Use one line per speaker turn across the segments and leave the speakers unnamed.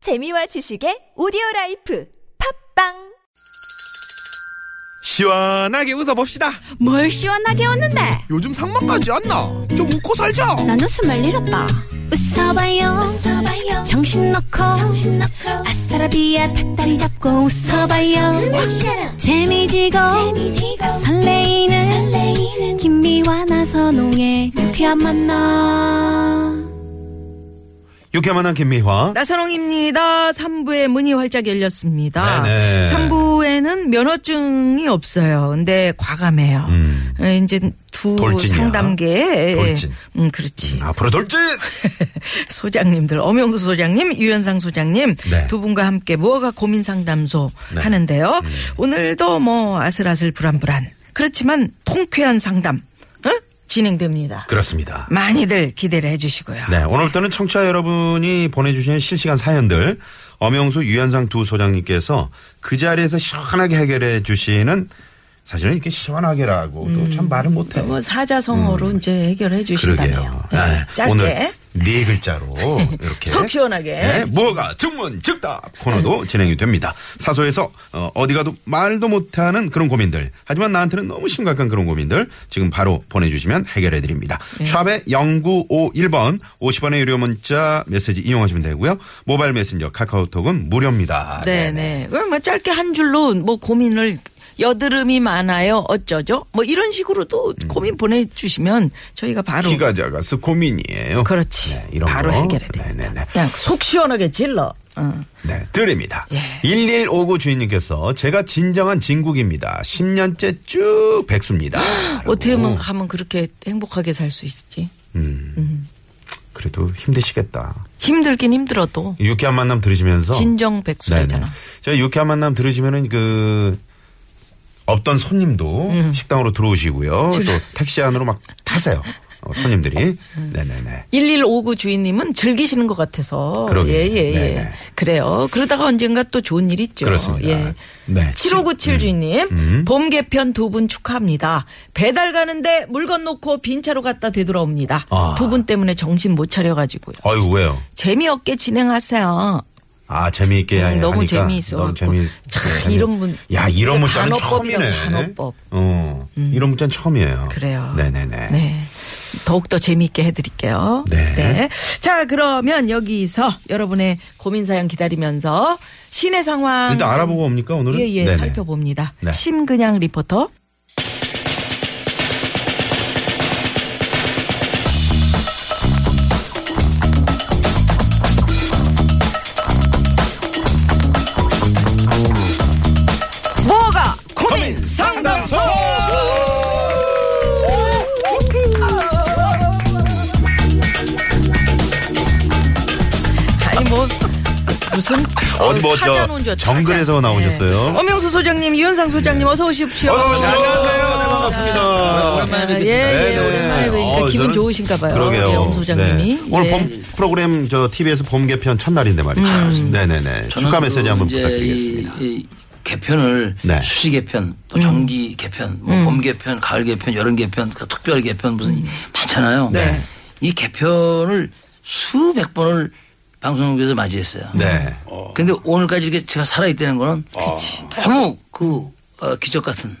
재미와 지식의 오디오 라이프 팝빵
시원하게 웃어봅시다.
뭘 시원하게 웃는데
요즘 상만까지 안 나. 좀 웃고 살자.
난 웃음을 잃었다
웃어봐요. 웃어봐요.
정신 놓고
정신 놓고
아싸라비아 닭다리 잡고 웃어봐요 재미지고
재미지고
설레이는
설레이는
김미와 나선홍의 유쾌한 만남
유쾌만한 김미화.
나선홍입니다. 3부의 문이 활짝 열렸습니다.
네네.
3부에는 면허증이 없어요. 근데 과감해요.
음.
어, 이제 두
돌진이야.
상담계.
돌진. 아.
음, 그렇지.
앞으로 돌진.
소장님들, 엄영수 소장님, 유현상 소장님
네.
두 분과 함께 무허가 고민 상담소 하는데요.
음.
오늘도 뭐 아슬아슬 불안불안. 그렇지만 통쾌한 상담. 어? 진행됩니다.
그렇습니다.
많이들 기대를 해 주시고요.
네, 오늘부터는 청취자 여러분이 보내주신 실시간 사연들 엄영수 유현상 두 소장님께서 그 자리에서 시원하게 해결해 주시는 사실은 이렇게 시원하게라고도 참 말을 못해요.
뭐 사자성어로 이제 해결해 주신다네요.
네. 음. 그러게요. 네,
짧게.
오늘 네 글자로 이렇게
속 시원하게. 네.
네, 뭐가 증문 즉답 코너도 진행이 됩니다. 사소해서 어, 어디 가도 말도 못하는 그런 고민들 하지만 나한테는 너무 심각한 그런 고민들 지금 바로 보내주시면 해결해 드립니다.
예.
샵의 0951번 50원의 유료 문자 메시지 이용하시면 되고요. 모바일 메신저 카카오톡은 무료입니다.
네네. 그럼 뭐 짧게 한 줄로 뭐 고민을 여드름이 많아요. 어쩌죠? 뭐 이런 식으로도
음.
고민 보내주시면 저희가 바로 그렇죠.
키가 작아서 고민이에요.
그렇지.
네, 이런
바로
거.
해결해 드립니다.
네네네.
그냥 속 시원하게 질러. 어.
네, 드립니다.
예.
1159 주인님께서 제가 진정한 진국입니다. 10년째 쭉 백수입니다. 라고.
어떻게 하면, 하면 그렇게 행복하게 살 수 있지?
음. 그래도 힘드시겠다.
힘들긴 힘들어도
유쾌한 만남 들으시면서
진정
네,
백수잖아.
제가 유쾌한 만남 들으시면은 그 없던 손님도
음.
식당으로 들어오시고요. 또 택시 안으로 막 타세요. 어, 손님들이. 네네네.
1159 주인님은 즐기시는 것 같아서.
그러게요.
예, 예, 예.
네네.
그래요. 그러다가 언젠가 또 좋은 일 있죠.
그렇습니다.
예.
네. 음.
7597 주인님, 봄 개편 두 분 축하합니다. 배달 가는데 물건 놓고 빈차로 갔다 되돌아옵니다.
아.
두 분 때문에 정신 못 차려가지고요.
아유 왜요?
재미없게 진행하세요.
아 재미있게
음,
하니까
너무 재미있어
너무
갖고.
재미.
참,
재미-
이런 문-
야 이런 문자는
단어법이라고,
처음이네.
단어법. 음.
어 이런 문자는 처음이에요.
그래요.
네네네.
네. 더욱더 재미있게 해드릴게요.
네.
자, 그러면 여기서 여러분의 고민사연 기다리면서 시내 상황.
일단 알아보고 옵니까 오늘은?
예, 예,
네네.
살펴봅니다.
네.
심근양 리포터. 뭐가 고민 상담소! 아니, 뭐, 무슨.
어디
타지 않은 줄
뭐저
알았다.
정글에서 나오셨어요? 예.
엄영수 소장님, 유현상 소장님 어서 오십시오.
어서 오세요. 안녕하세요. 네, 반갑습니다.
오랜만에 뵙겠습니다.
네,
예, 예,
네.
오랜만에 뵈니까
어,
기분
저는-
좋으신가 봐요.
그러게요.
예, 엄 소장님이.
네. 오늘
예.
봄 프로그램 저 TV에서 봄 개편 첫날인데 말이죠.
음.
음. 네네네.
저는
축하 메시지
그
한번
이제
부탁드리겠습니다.
이- 이 개편을
네.
수시 개편,
음.
또 정기 개편, 뭐 봄 개편, 가을 개편, 여름 개편, 그 특별 개편 무슨
음.
많잖아요.
네.
이 개편을 수백 번을 방송국에서 맞이했어요.
네. 어.
근데 오늘까지 이렇게 제가 살아있다는 거는 너무 그 어, 기적 같은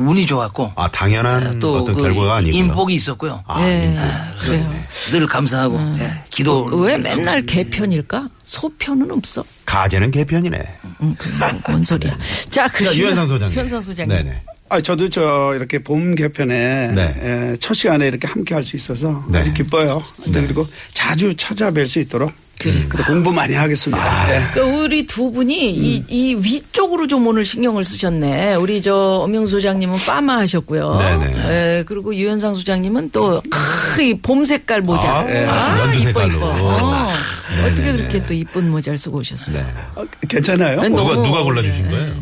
운이 좋았고
아 당연한
또
어떤
그
결과가 아니고요.
인복이 있었고요.
아, 네.
예.
인복.
그래서 늘 감사하고 예, 기도
음. 왜 맨날 개편일까? 소편은 없어.
가제는 개편이네.
음, 그뭔 소리야. 자, 그
자, 유현상 소장님.
유현상 소장님.
네네.
아, 저도 저 이렇게 봄 개편에
네.
에, 첫 시간에 이렇게 함께 할 수 있어서
네.
아주 기뻐요. 그리고 자주 찾아뵐 수 있도록 그래도 공부 많이 하겠습니다. 네.
그러니까 우리 두 분이 이,
음.
이 위쪽으로 좀 오늘 신경을 쓰셨네. 우리 저 엄영 소장님은 파마 하셨고요.
네네.
예, 그리고 유현상 소장님은 또이봄 색깔 모자.
아, 예. 연두 색깔로.
어.
네네네.
어떻게 그렇게 또 이쁜 모자를 쓰고 오셨어요?
네.
어, 괜찮아요?
네.
누가
너무-
누가 골라주신 거예요?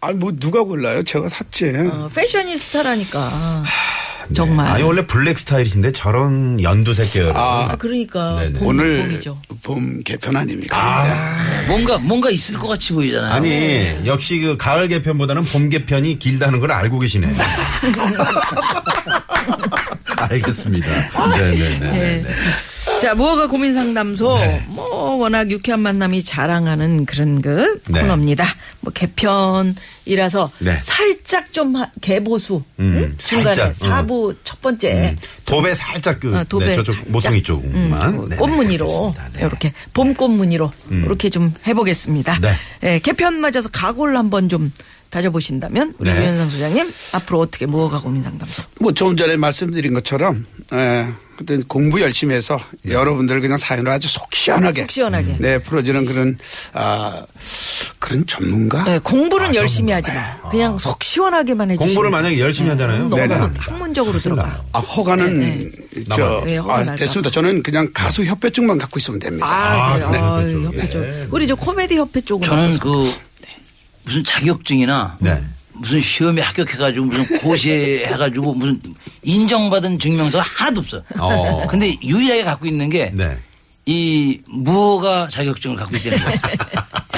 아, 뭐 누가 골라요? 제가 샀지.
어, 패셔니스타라니까. 정말.
네. 아니 원래 블랙 스타일이신데 저런 연두색 계열.
아,
아, 그러니까
네네.
봄,
오늘
봄이죠.
봄 개편 아닙니까? 네.
뭔가 뭔가 있을 것 같이 보이잖아요.
예.
아니 역시 그 가을 개편보다는 봄 개편이 길다는 걸 알고 계시네.
아, 예.
알겠습니다. 네, 네네네.
자, 무허가 고민 상담소.
네.
뭐, 워낙 유쾌한 만남이 자랑하는 그런 그
네.
코너입니다. 뭐, 개편이라서
네.
살짝 좀 하- 개보수.
음,
응? 중간에
살짝,
사부 첫 번째.
도배 살짝 그
어, 도배
네, 저쪽
살짝.
모퉁이 쪽만
음,
네네,
꽃무늬로
그렇습니다. 네. 음.
이렇게 봄 꽃무늬로 이렇게 좀 해보겠습니다.
네.
예, 개편 맞아서 각오를 한번 좀 다져보신다면 우리
네.
유현상 소장님 앞으로 어떻게 무허가 고민 상담소.
뭐 조금 전에 말씀드린 것처럼 예, 어떤 공부 열심히 해서 여러분들 그냥 사연을 아주 속 시원하게
속 시원하게.
네 풀어주는 그런 아 그런 전문가
아,
예, 공부는 열심히 하지 마. 그냥 속 시원하게만 해주세요.
뭐, 공부를 만약에 열심히 하잖아요.
음, 너무
네네.
학문적으로 들어가.
아 허가는 저
남아요.
네, 허가
아,
날까
됐습니다 저는 그냥 가수 협회증만 갖고 있으면 됩니다
아,
아, 그래요.
네,
아,
그렇죠.
협회
예.
쪽. 우리 저 코미디 협회 쪽은
저는
네, 어떠세요?
그 무슨 자격증이나
네.
무슨 시험에 합격해가지고 무슨 고시해가지고 무슨 인정받은 증명서가 하나도 없어.
어.
근데 유일하게 갖고 있는 게
네.
이 무허가 자격증을 갖고 있다는 거야.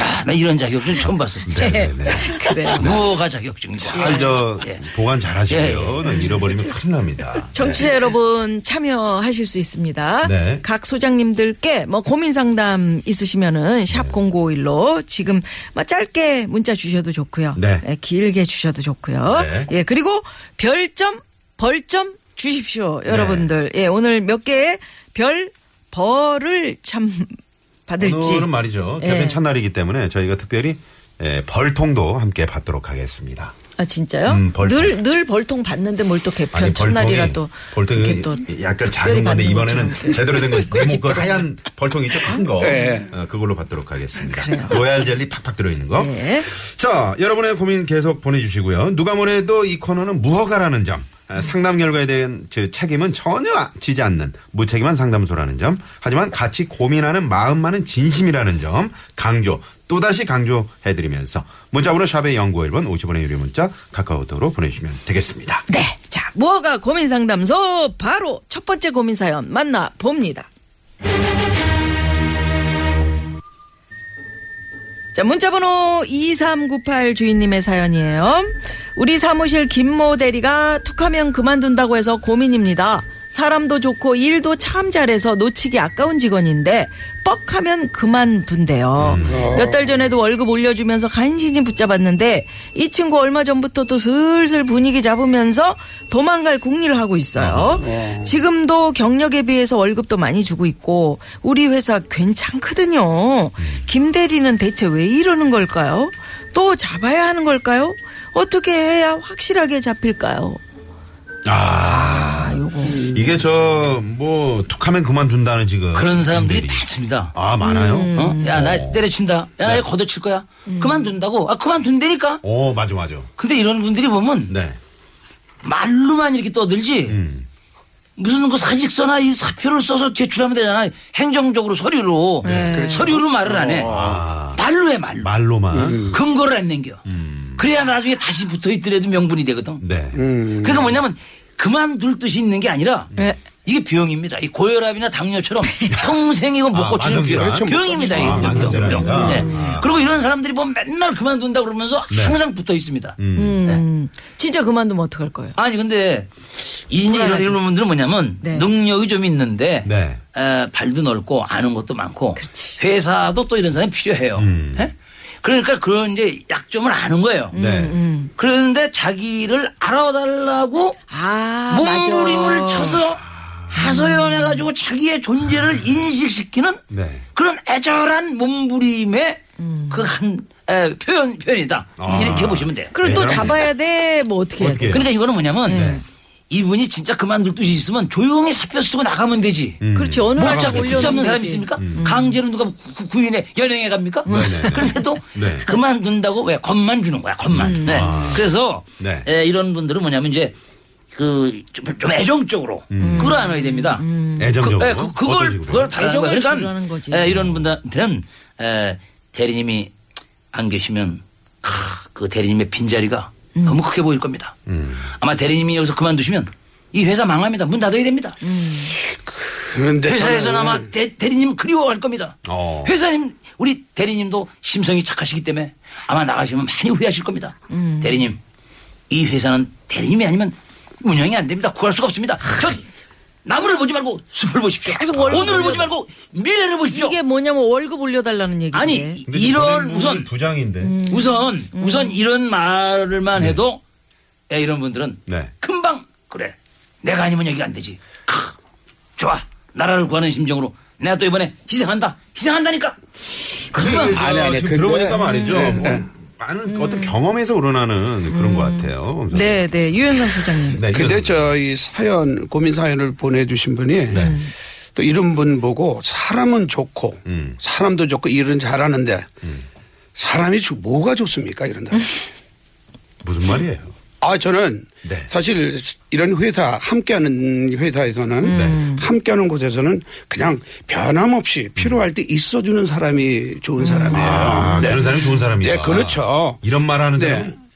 야, 나 이런 자격증 처음 봤어.
예.
네네네.
그래요.
무허가 자격증이다.
잘저
예.
보관 잘 하시고요. 네,
예,
잃어버리면 큰일 납니다.
정치자 여러분 참여하실 수 있습니다.
네.
각 소장님들께 뭐 고민 상담 있으시면은
네.
샵 0951로 지금 뭐 짧게 문자 주셔도 좋고요.
네.
예, 길게 주셔도 좋고요.
네.
예, 그리고 별점 벌점 주십시오, 여러분들.
네.
예, 오늘 몇 개의 별 벌을 참 네, 받을지
오늘은 말이죠.
예.
개편 첫날이기 때문에 저희가 특별히 예, 벌통도 함께 받도록 하겠습니다.
아 진짜요?
음, 벌통.
늘, 늘 벌통 봤는데 뭘 또 개편 첫날이라 또 이렇게
벌통이
또
약간
특별히
작은 건데
받는
이번에는
거죠.
제대로 된거네모그 하얀 벌통 있죠 큰 거. 어, 그걸로 받도록 하겠습니다. 로얄 젤리 팍팍 들어있는 거.
네.
자 여러분의 고민 계속 보내주시고요. 누가 뭐래도 이 코너는 무허가라는 점. 아, 상담 결과에 대한 제 책임은 전혀 지지 않는 무책임한 상담소라는 점. 하지만 같이 고민하는 마음만은 진심이라는 점 강조 또다시 강조해드리면서 문자번호 샵의 0951번 50원의 유료 문자 카카오톡으로 보내주시면 되겠습니다.
네. 자, 무허가 고민 상담소 바로 첫 번째 고민 사연 만나 봅니다. 자, 문자번호 2398 주인님의 사연이에요. 우리 사무실 김모 대리가 툭하면 그만둔다고 해서 고민입니다. 사람도 좋고 일도 참 잘해서 놓치기 아까운 직원인데 뻑하면 그만둔대요. 몇 달 전에도 월급 올려주면서 간신히 붙잡았는데 이 친구 얼마 전부터 또 슬슬 분위기 잡으면서 도망갈 궁리를 하고
아,
있어요.
네.
지금도 경력에 비해서 월급도 많이 주고 있고 우리 회사 괜찮거든요. 김 대리는 대체 왜 이러는 걸까요? 또 잡아야 하는 걸까요? 어떻게 해야 확실하게 잡힐까요?
아, 이게 저, 뭐, 툭하면 그만둔다는 지금.
그런 사람들이
분들이.
많습니다.
아, 많아요?
어?
음.
야, 나 때려친다. 야, 나 걷어칠 거야. 그만둔다고. 아, 그만둔다니까.
네. 어, 맞아, 맞아.
근데 이런 분들이 보면
네.
말로만 이렇게 떠들지
음.
무슨 그 사직서나 이 사표를 써서 제출하면 되잖아. 행정적으로 서류로.
네.
서류로 말을 안 해.
아.
말로 해, 말로.
네. 말로만.
음.
음.
근거를 안 남겨. 그래야 나중에 다시 붙어 있더라도 명분이 되거든.
네.
음.
그러니까 뭐냐면 그만둘 뜻이 있는 게 아니라
네.
이게 병입니다. 이 고혈압이나 당뇨처럼 평생 이거 못
아,
고치는
만성질환. 그렇죠,
병.
못
병입니다.
고치는
이게
아,
병, 병.
만성질환이다.
네.
아. 네.
그리고 이런 사람들이 보면 맨날 그만둔다 그러면서 항상 붙어 있습니다.
음, 진짜 그만두면 어떡할 거예요?
아니 근데 이 이런
불안하지.
이런 분들은 뭐냐면
네.
능력이 좀 있는데
네.
에, 발도 넓고 아는 것도 많고
그렇지.
회사도 또 이런 사람이 필요해요. 예? 그러니까 그런 이제 약점을 아는 거예요.
음. 네.
음.
음. 그런데 자기를 알아달라고
아, 맞아.
몸부림을 쳐서 하소연해가지고 자기의 존재를 인식시키는
네.
그런 애절한 몸부림의
음.
그 한 표현 표현이다
아.
이렇게 보시면 돼요.
그럼 또
네,
잡아야 돼? 뭐 어떻게 해야
어떻게
돼?
해요? 네.
그러니까 이거는 뭐냐면 이분이 진짜 그만둘 뜻이 있으면 조용히 사표 쓰고 나가면
음.
되지.
그렇지, 어느
뭘
날짜
자꾸 음. 뭐 붙잡는
올려놓는
사람이
거지.
있습니까? 강제로 누가 구- 구인해 연행해 갑니까?
네네.
그런데도
네.
그만둔다고 왜 겁만 주는 거야 겁만. 네.
아.
그래서
네.
에, 이런 분들은 뭐냐면 이제 그 좀, 좀 애정적으로 끌어안아야 됩니다.
음. 애정적으로.
그, 에, 그,
어떤
걸
식으로요? 아,
그걸 바라는
애정을
거예요.
주라는 거지.
에, 이런 분들한테는 에, 대리님이 안 계시면 크, 그 대리님의 빈자리가
음.
너무 크게 보일 겁니다. 아마 대리님이 여기서 그만두시면 이 회사 망합니다. 문 닫아야 됩니다.
그런데
회사에서
네, 저는
아마 대, 대리님 그리워할 겁니다.
어.
회사님 우리 대리님도 심성이 착하시기 때문에 아마 나가시면 많이 후회하실 겁니다.
음.
대리님 이 회사는 대리님이 아니면 운영이 안 됩니다. 구할 수가 없습니다. 저 나무를 보지 말고 숲을 보십시오.
계속 원래
오늘을 보지
보려고.
말고 미래를 보십시오.
이게 네. 뭐냐면 월급 올려달라는 얘기.
아니 이런 우선 음.
부장인데.
우선 우선 이런 말을만 해도 야, 이런 분들은
네.
금방 그래 내가 아니면 여기 안 되지 크, 좋아 나라를 구하는 심정으로 내가 또 이번에 희생한다 희생한다니까 금방
아
아니, 아니,
지금
근데-
들어보니까 말이죠.
음,
뭐
음.
많은 어떤 경험에서 우러나는 그런 것 같아요.
네, 네. 유현상 소장님.
네,
근데
이런-
저 이 사연 고민 사연을 보내주신 분이
네.
또 이런 분 보고 사람은 좋고
음.
사람도 좋고 일은 잘하는데 사람이 주- 뭐가 좋습니까 이런다.
무슨 말이에요?
아 저는
네.
사실 이런 회사 함께하는 회사에서는
음. 네.
함께하는 곳에서는 그냥 변함없이 필요할 때 있어주는 사람이
음.
좋은 사람이에요.
아,
네.
그런 사람이 좋은 사람이다.
네, 그렇죠.
이런 말 하는
네.
사람.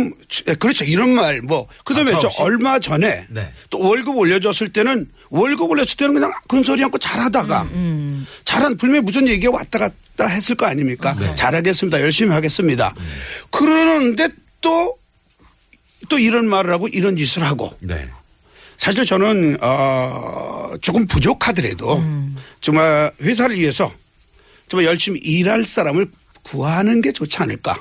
조금 예, 그렇죠 이런 말 뭐 그다음에
가차
저
없이?
얼마 전에
네.
또 월급 올려줬을 때는 월급 올렸을 때는 그냥 큰소리 않고 잘하다가 잘한 분명히 무슨 얘기가 왔다 갔다 했을 거 아닙니까 잘하겠습니다 열심히 하겠습니다 그러는데 또 또 이런 말을 하고 이런 짓을 하고
네.
사실 저는 어, 조금 부족하더라도
음.
정말 회사를 위해서 정말 열심히 일할 사람을 구하는 게 좋지 않을까.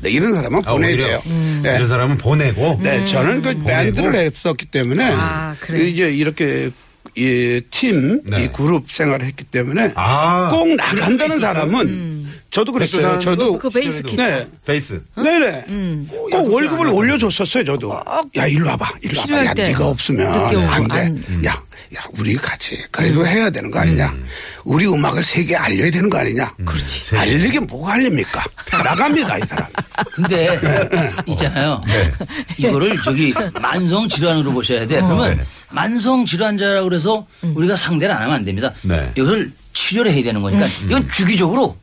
네, 이런 사람은
아,
보내야
오히려
돼요.
음.
네.
이런 사람은 보내고.
네, 저는 그 밴드를 했었기 때문에
아, 그래요?
이제 이렇게 이 팀,
네.
이 그룹 생활을 했기 때문에
아.
꼭 나간다는 사람은 저도 그랬어요.
백조사는
저도
음. 그 베이스
시절에도-
기타.
네.
베이스.
네네. 어, 꼭 월급을 올려줬었어요, 저도. 야, 일로 와봐. 일로 와봐.
필요할
야,
때
네가 없으면
늦게 오고
안 돼.
안-
야, 야, 우리 같이. 그래도 해야 되는 거 아니냐. 우리 음악을 세계에 알려야 되는 거 아니냐. 그렇지. 알리게 뭐가 알립니까? 나갑니다, 이 사람.
근데
네.
있잖아요. 이거를 저기 만성 질환으로 보셔야 돼. 그러면
네.
만성 질환자라고 그래서 우리가 상대를 안 하면 안 됩니다.
네. 음.
이걸 치료를 해야 되는 거니까 이건 주기적으로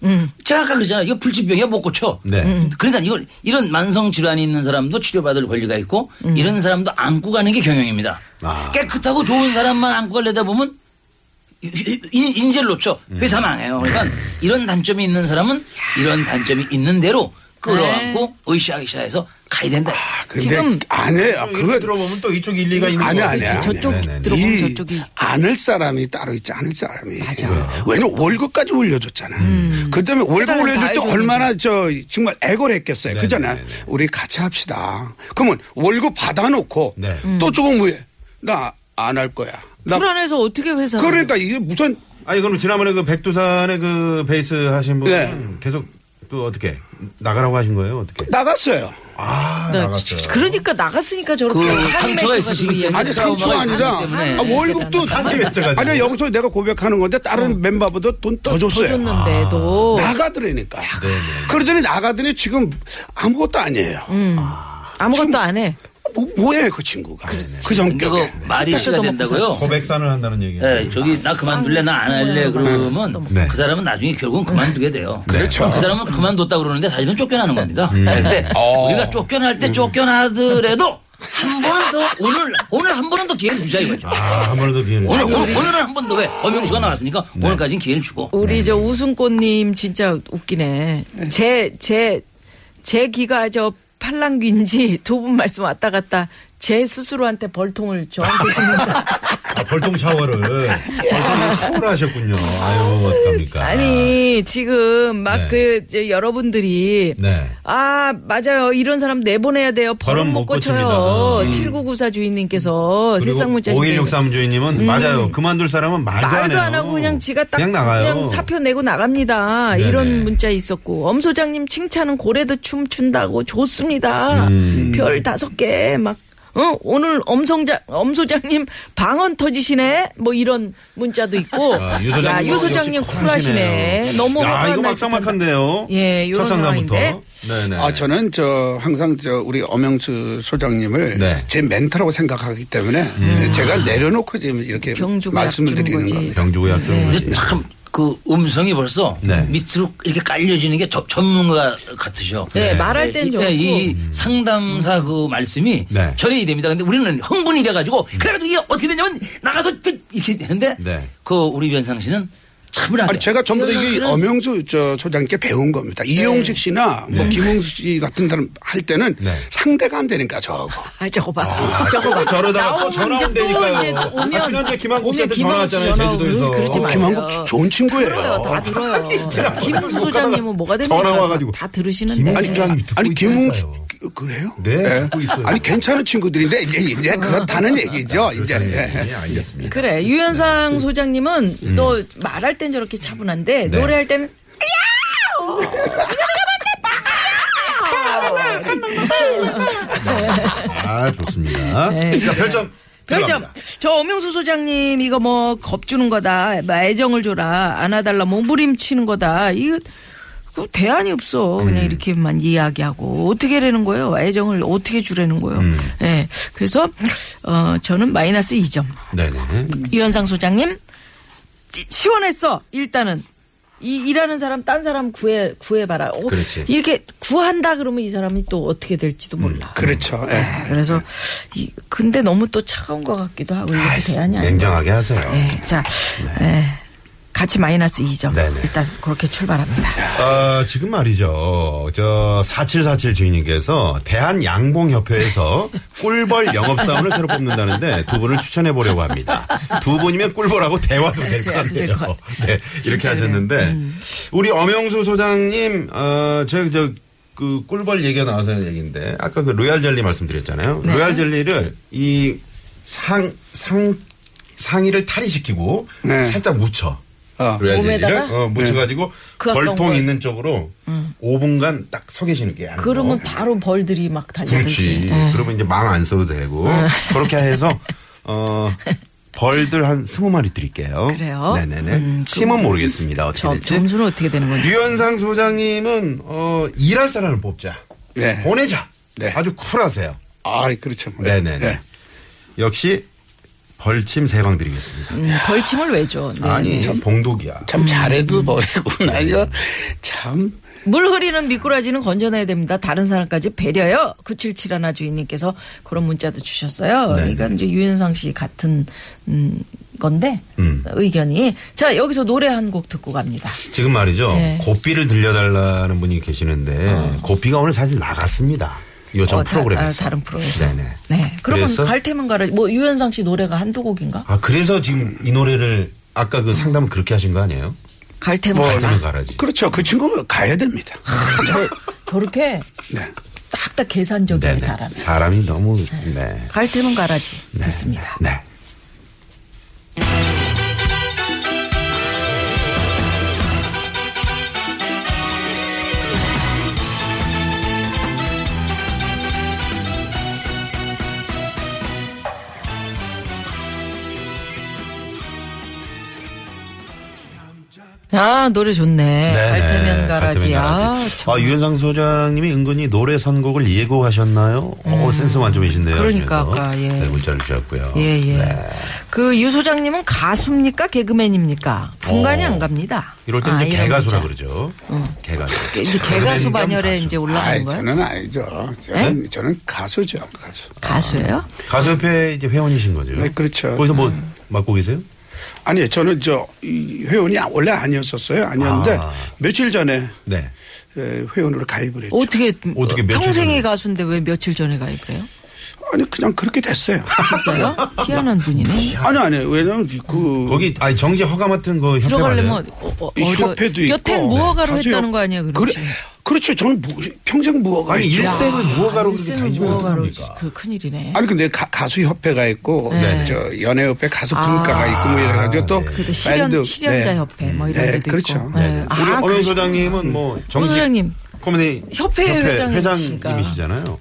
제가 아까 그러잖아요. 이거 불치병이야 못 고쳐.
네. 음.
그러니까 이걸 이런 만성 질환이 있는 사람도 치료받을 권리가 있고 이런 사람도 안고 가는 게 경영입니다.
아.
깨끗하고 좋은 사람만 안고 가려다 보면 인- 인재를 놓쳐 회사 망해요. 그러니까 이런 단점이 있는 사람은 이런 단점이 있는 대로 끌어안고 으쌰으쌰해서 가야 된다.
아, 근데
지금-
안 해요.
그거
아, 그거
들어보면 또 이쪽 일리가 있는 네,
아니야,
거
아니야.
저쪽 들어- 들어보면
이
저쪽이-
안을 사람이 따로 있지 않을 사람이 맞아.
네.
왜냐면 월급까지 올려줬잖아. 그다음에 월급
해달라는 다
올려줄 때
해줬는데.
얼마나 저 정말 애걸했겠어요.
네,
그잖아.
네, 네, 네.
우리 같이 합시다. 그러면 월급 받아놓고
네.
또 조금 후에 나 안 할 거야. 나
음. 불안해서 어떻게 회사
그러니까 이게 무슨
아니 그럼 지난번에 그 백두산의 그 베이스 하신 분
네.
계속 그 어떻게 나가라고 하신 거예요? 어떻게?
나갔어요.
아 나갔어요.
그러니까 나갔으니까 저렇게
그
하기
상처가
맺혀가지고
있으시기
음.
때문에
아니 상처가 아니라
있기 때문에.
네.
아, 월급도
하늘이 맺혀가지고.
아니 여기서 내가 고백하는 건데
어.
다른 멤버보다 돈 더 줬어요. 아,
줬는데도
나가더라니까.
네,
그러더니 나가더니 지금 아무것도
음.
아니에요.
아무것도 안 해.
뭐, 뭐해 그 친구가 그
근데 그
성격에
말이 시가
먹고
된다고요.
고백산을 한다는 얘기.
네.
예, 저기 나 그만둘래 나 안 할래 아, 그러면
네.
그 사람은 나중에 결국은 그만두게 돼요.
그렇죠.
그 사람은 그만뒀다 그러는데 사실은 쫓겨나는 겁니다. 그런데 우리가 쫓겨날 때 쫓겨나더라도 한 번은 더 오늘 오늘 한 번은 더 기회를 주자 이거죠.
아한 번도 기회를.
오늘 오늘 오늘은 한 번 더 왜? 엄영수가 나왔으니까 오늘까지는 기회를 주고.
네.
우리 저 우승꽃님 진짜 웃기네. 제 제 제 귀가 저 팔랑귀인지 두 분 말씀 왔다 갔다 제 스스로한테 벌통을 저한테 줍니다.
아, 벌통 샤워를 벌통 샤워를 하셨군요. 아유 어떡합니까?
아니
네.
지금 막 그 여러분들이
네.
아 맞아요 이런 사람 내보내야 돼요
벌은
벌은
못
못 고쳐요
고칩니다. 음.
7994
그리고
주인님께서 어, 세상 문자 음.
5163 주인님은 맞아요. 그만둘 사람은 말도,
말도
해요.
안 하고 그냥 지가 딱
그냥
그냥,
나가요.
사표 내고 나갑니다.
네네.
이런 문자 있었고 엄 소장님 칭찬은 고래도 춤춘다고 좋습니다.
음.
별 다섯 개 막 어? 오늘 엄성장 엄소장님 방언 터지시네 뭐 이런 문자도 있고
아, 유 소장님,
야, 유 소장님
역시
쿨하시네
쿨하시네요.
너무
야,
화가
이거
나
막상막한데요.
예, 요런
첫 상담부터.
상황인데.
네네.
아 저는 저 항상 저 우리 엄영수 소장님을
네.
제 멘토라고 생각하기 때문에 네, 제가 내려놓고 지금 이렇게
경주고
말씀을
약주는
드리는
거지.
겁니다.
병주고
네.
약주는 거지.
근데 참, 그 음성이 벌써
네.
밑으로 이렇게 깔려지는 게 저- 전문가 같으셔. 예.
네, 말할 땐
이-
좋고.
이 상담사 그 말씀이
네.
저래야 됩니다. 근데 우리는
음.
흥분이 돼가지고, 그 그래가지고 이게 어떻게 되냐면 나가서 삐- 이렇게 되는데,
네.
그 우리 변상 씨는 차분하게.
아니 제가 전부 다 이게 엄영수 저 소장님께 배운 겁니다.
네.
이용식 씨나 뭐 김홍수 씨 같은 사람 할 때는
네.
상대가 안 되니까 저거.
아 저거 봐. 저거 봐.
저러다가 또
나오면
전화
이제
오면
또
되니까요.
이제 오면
아, 지난주에 김한국
오면
씨한테 전화
김한국 씨
왔잖아요,
전화
제주도에서.
오면 그러지
어,
마세요.
김한국 씨
들어요.
좋은 친구예요.
다 들어요.
아, 지난번에
김문수
못 가다가
소장님은 뭐가 됩니까?
전화 와가지고.
다 들으시는데.
아니,
사람이
아니,
듣고
아니 김홍수
있다니까요.
그- 그래요?
네,
예.
듣고 있어요.
아니 괜찮은 친구들인데 이제 이제 그렇다는 얘기죠. 이제 예.
네, 알겠습니다.
그래 유현상 소장님은 또 말할 땐 저렇게 차분한데
음. 네.
노래할 때는
아, 좋습니다. 자, 별점.
네. 별점.
들어갑니다.
그렇죠. 저 엄영수 소장님 이거 뭐 겁주는 거다. 뭐 애정을 줘라. 안아달라 뭐 몸부림치는 거다. 이거 그 대안이 없어.
음.
그냥 이렇게만 이야기하고 어떻게 되는 거예요? 애정을 어떻게 주라는 거예요?
음.
예. 그래서 어 저는 마이너스 2점.
네네.
유현상 소장님 시- 시원했어. 일단은 이 일하는 사람 딴 사람 구해 구해 봐라. 어,
그렇지.
이렇게 구한다 그러면 이 사람이 또 어떻게 될지도 몰라.
음,
그렇죠. 예.
아, 그래서 이, 근데 너무 또 차가운 것 같기도 하고 이렇게 대안이 아니야.
냉정하게 하세요. 네.
예, 자, 예, 같이 마이너스 2점.
네네.
일단 그렇게 출발합니다.
어, 지금 말이죠. 저, 4747 주인님께서 대한양봉협회에서 꿀벌 영업사원을 새로 뽑는다는데 두 분을 추천해보려고 합니다. 두 분이면 꿀벌하고 대화도 될 것
대화도 될것 음.
같아요. 네, 이렇게
진짜
하셨는데, 우리 엄영수 소장님, 어, 저, 저, 그 꿀벌 얘기가 나와서 하는 얘기인데, 아까 그 로얄 젤리 말씀드렸잖아요.
네.
로얄 젤리를 이 상, 상, 상의를 탈의시키고
네.
살짝 묻혀.
어.
로얄 젤리를
몸에다가?
어, 묻혀가지고
그 어떤
벌통
걸. 음.
있는 쪽으로 5분간 딱 서 계시는 게 아니고.
그러면 바로 벌들이 막
뭐. 그렇지.
달려들지. 네.
그러면 이제 망 안 써도 되고 그렇게 해서 어 벌들 한 20마리 드릴게요.
그래요? 뭐
네네네. 심은 모르겠습니다. 어떻게
저
될지.
점수는 어떻게 되는 건지.
유현상 소장님은 어 일할 사람을 뽑자.
네.
보내자.
네.
아주 쿨하세요.
아, 그렇죠. 예.
네네네.
예.
역시 벌침 세 방 드리겠습니다.
음, 벌침을 왜 줘? 네,
아니
네.
봉독이야.
참 잘해도 버리구나 이거 참
물 흐리는 미꾸라지는 건져내야 됩니다. 다른 사람까지 배려요. 977 하나 주인님께서 그런 문자도 주셨어요.
네.
그러니까 이제 유현상 씨 같은 음, 건데
음.
의견이 자 여기서 노래 한 곡 듣고 갑니다.
지금 말이죠.
네.
고삐를 들려달라는 분이 계시는데 고삐가 오늘 사실 나갔습니다. 요즘
어, 다-
프로그램에서.
아, 다른 프로에서.
네네.
네. 그러면
그래서?
갈 테면 가라. 뭐 유현상 씨 노래가 한두 곡인가?
아 그래서 지금 이 노래를 아까 그 상담을 그렇게 하신 거 아니에요?
갈 테면
뭐
가라.
가면 가라지.
그렇죠. 그 친구가 가야 됩니다.
아, 저렇게
네.
딱딱 계산적인
네네.
사람.
사람이 너무 네.
갈 테면 가라지. 듣습니다.
네.
아 노래
네,
좋네. 갈
네.
테면 가라지.
갈
아,
테면 가라지. 아,
정말.
유현상 소장님이 은근히 노래 선곡을 예고하셨나요? 어, 센스 만점이신데요.
음. 그러니까
하시면서.
아까, 예.
네, 문자를 주셨고요.
예, 예.
네.
그 유 소장님은 가수입니까? 개그맨입니까? 분간이
어.
안 갑니다.
이럴 때는
아,
이제
이런
개가수라
문자. 어.
그러죠. 개가수.
이제 개가수
개그맨 겸
반열에
가수.
이제
아이,
올라가는 거예요? 네?
저는 아니죠. 저는 저는 가수죠. 가수.
아,
가수예요?
가수협회 이제 회원이신 거죠.
네, 그렇죠.
거기서 뭐 맡고 계세요?
아니 저는 저이 회원이 원래 아니었었어요. 아니었는데
아.
며칠 전에
네.
에, 회원으로 가입을 했죠.
어떻게,
어떻게 며칠 전에?
평생의 가수인데 왜 며칠 전에 가입해요?
아니 그냥 그렇게 됐어요.
진짜요? 희한한 분이네.
아니 아니 왜냐면 그
거기 아니 정지 허가 맡은 거 협회
들어가려면
네, 맞아요?
어, 어,
이
어려-
협회도 있고
여태 무허가로
가수
했다는
협-
거 아니야, 그렇지?
그래, 그렇죠. 저는 무- 평생 무허가
아니
했죠.
일생을 무허가로 그렇게
일생을
다니시면 그러니까.
무허가로
어떡합니까?
그 큰일이네.
아니 근데 가, 수 협회가 있고
네. 아.
저 연예협회 가수 분과가 있고 뭐 이래가지고 또
그때 실현
밴드,
실현자
네.
협회 뭐 이런
네,
데도
그렇죠.
있고.
네,
네.
우리
아,
어른
그러시-
소장님은 뭐 정식
소장님.
코미디
협회 회장이시니까.
회장님이시잖아요.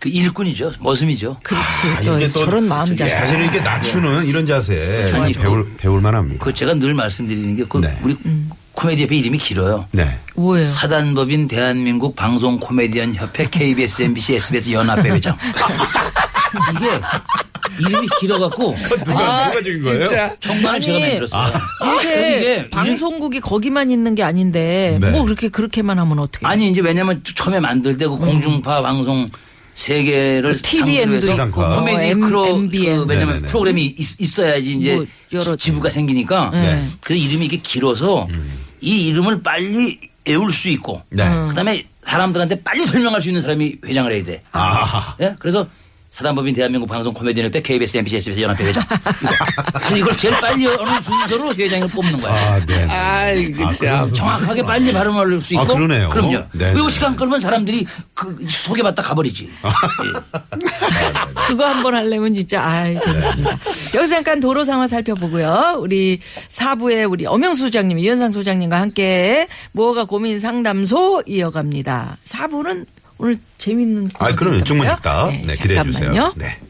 그 일꾼이죠. 머슴이죠.
그렇지.
아,
또
이게 또
저런 마음
저기
자세. 네. 그렇죠.
사실은 이게 낮추는 이런 자세
좋아요.
배울 배울만 합니다.
그 제가 늘 말씀드리는 게 그
네.
우리
음.
코미디 협회 이름이 길어요.
네.
뭐예요?
사단법인 대한민국 방송 코미디언 협회 KBS MBC SBS 연합회 회장. 이게 이름이 길어갖고
누가
아,
누가 지금 아, 거예요?
네. 진짜
정말
아니,
제가 만들었어요. 아, 그래서
요새
이게
방송국이 거기만 있는 게 아닌데
네.
뭐 그렇게 그렇게만 하면 어떻게? 음.
아니 이제 왜냐면 처음에 만들 때 그 공중파 방송 세계를
TVN 도
상대로
있고,
해서 그 코미디
뭐,
크로
MBN.
그 왜냐면
네네네.
프로그램이 있, 어야지 이제
뭐 여러-
지- 지부가 생기니까
네.
그래서 이름이 이게 길어서 이 이름을 빨리 외울 수 있고
음. 네.
그다음에 사람들한테 빨리 설명할 수 있는 사람이 회장을 해야 돼.
아.
예? 그래서 사단법인 대한민국 방송 코미디연협회 KBS MBC SBS 연합회 회장. 이거. 그래서 이걸 제일 빨리 어느 순서로 회장을 뽑는 거야.
아, 네.
아이, 그 참.
정확하게 빨리 발음을 올릴 수 있고.
아, 그러네요.
럼요
네,
그리고
네.
시간 끌면 사람들이 그 소개받다 가버리지.
아.
예.
그거 한번 하려면 진짜 아이 재밌습니다. 여기서 잠깐 도로 상황 살펴보고요. 우리 사부의 우리 엄영수 소장님, 이현상 소장님과 함께 뭐가 고민 상담소 이어갑니다. 사부는 오늘 재밌는
아,
코너도
그럼요.
있다면서요?
중문 즉답. 네, 기대해 주세요.
잠깐만요.
네.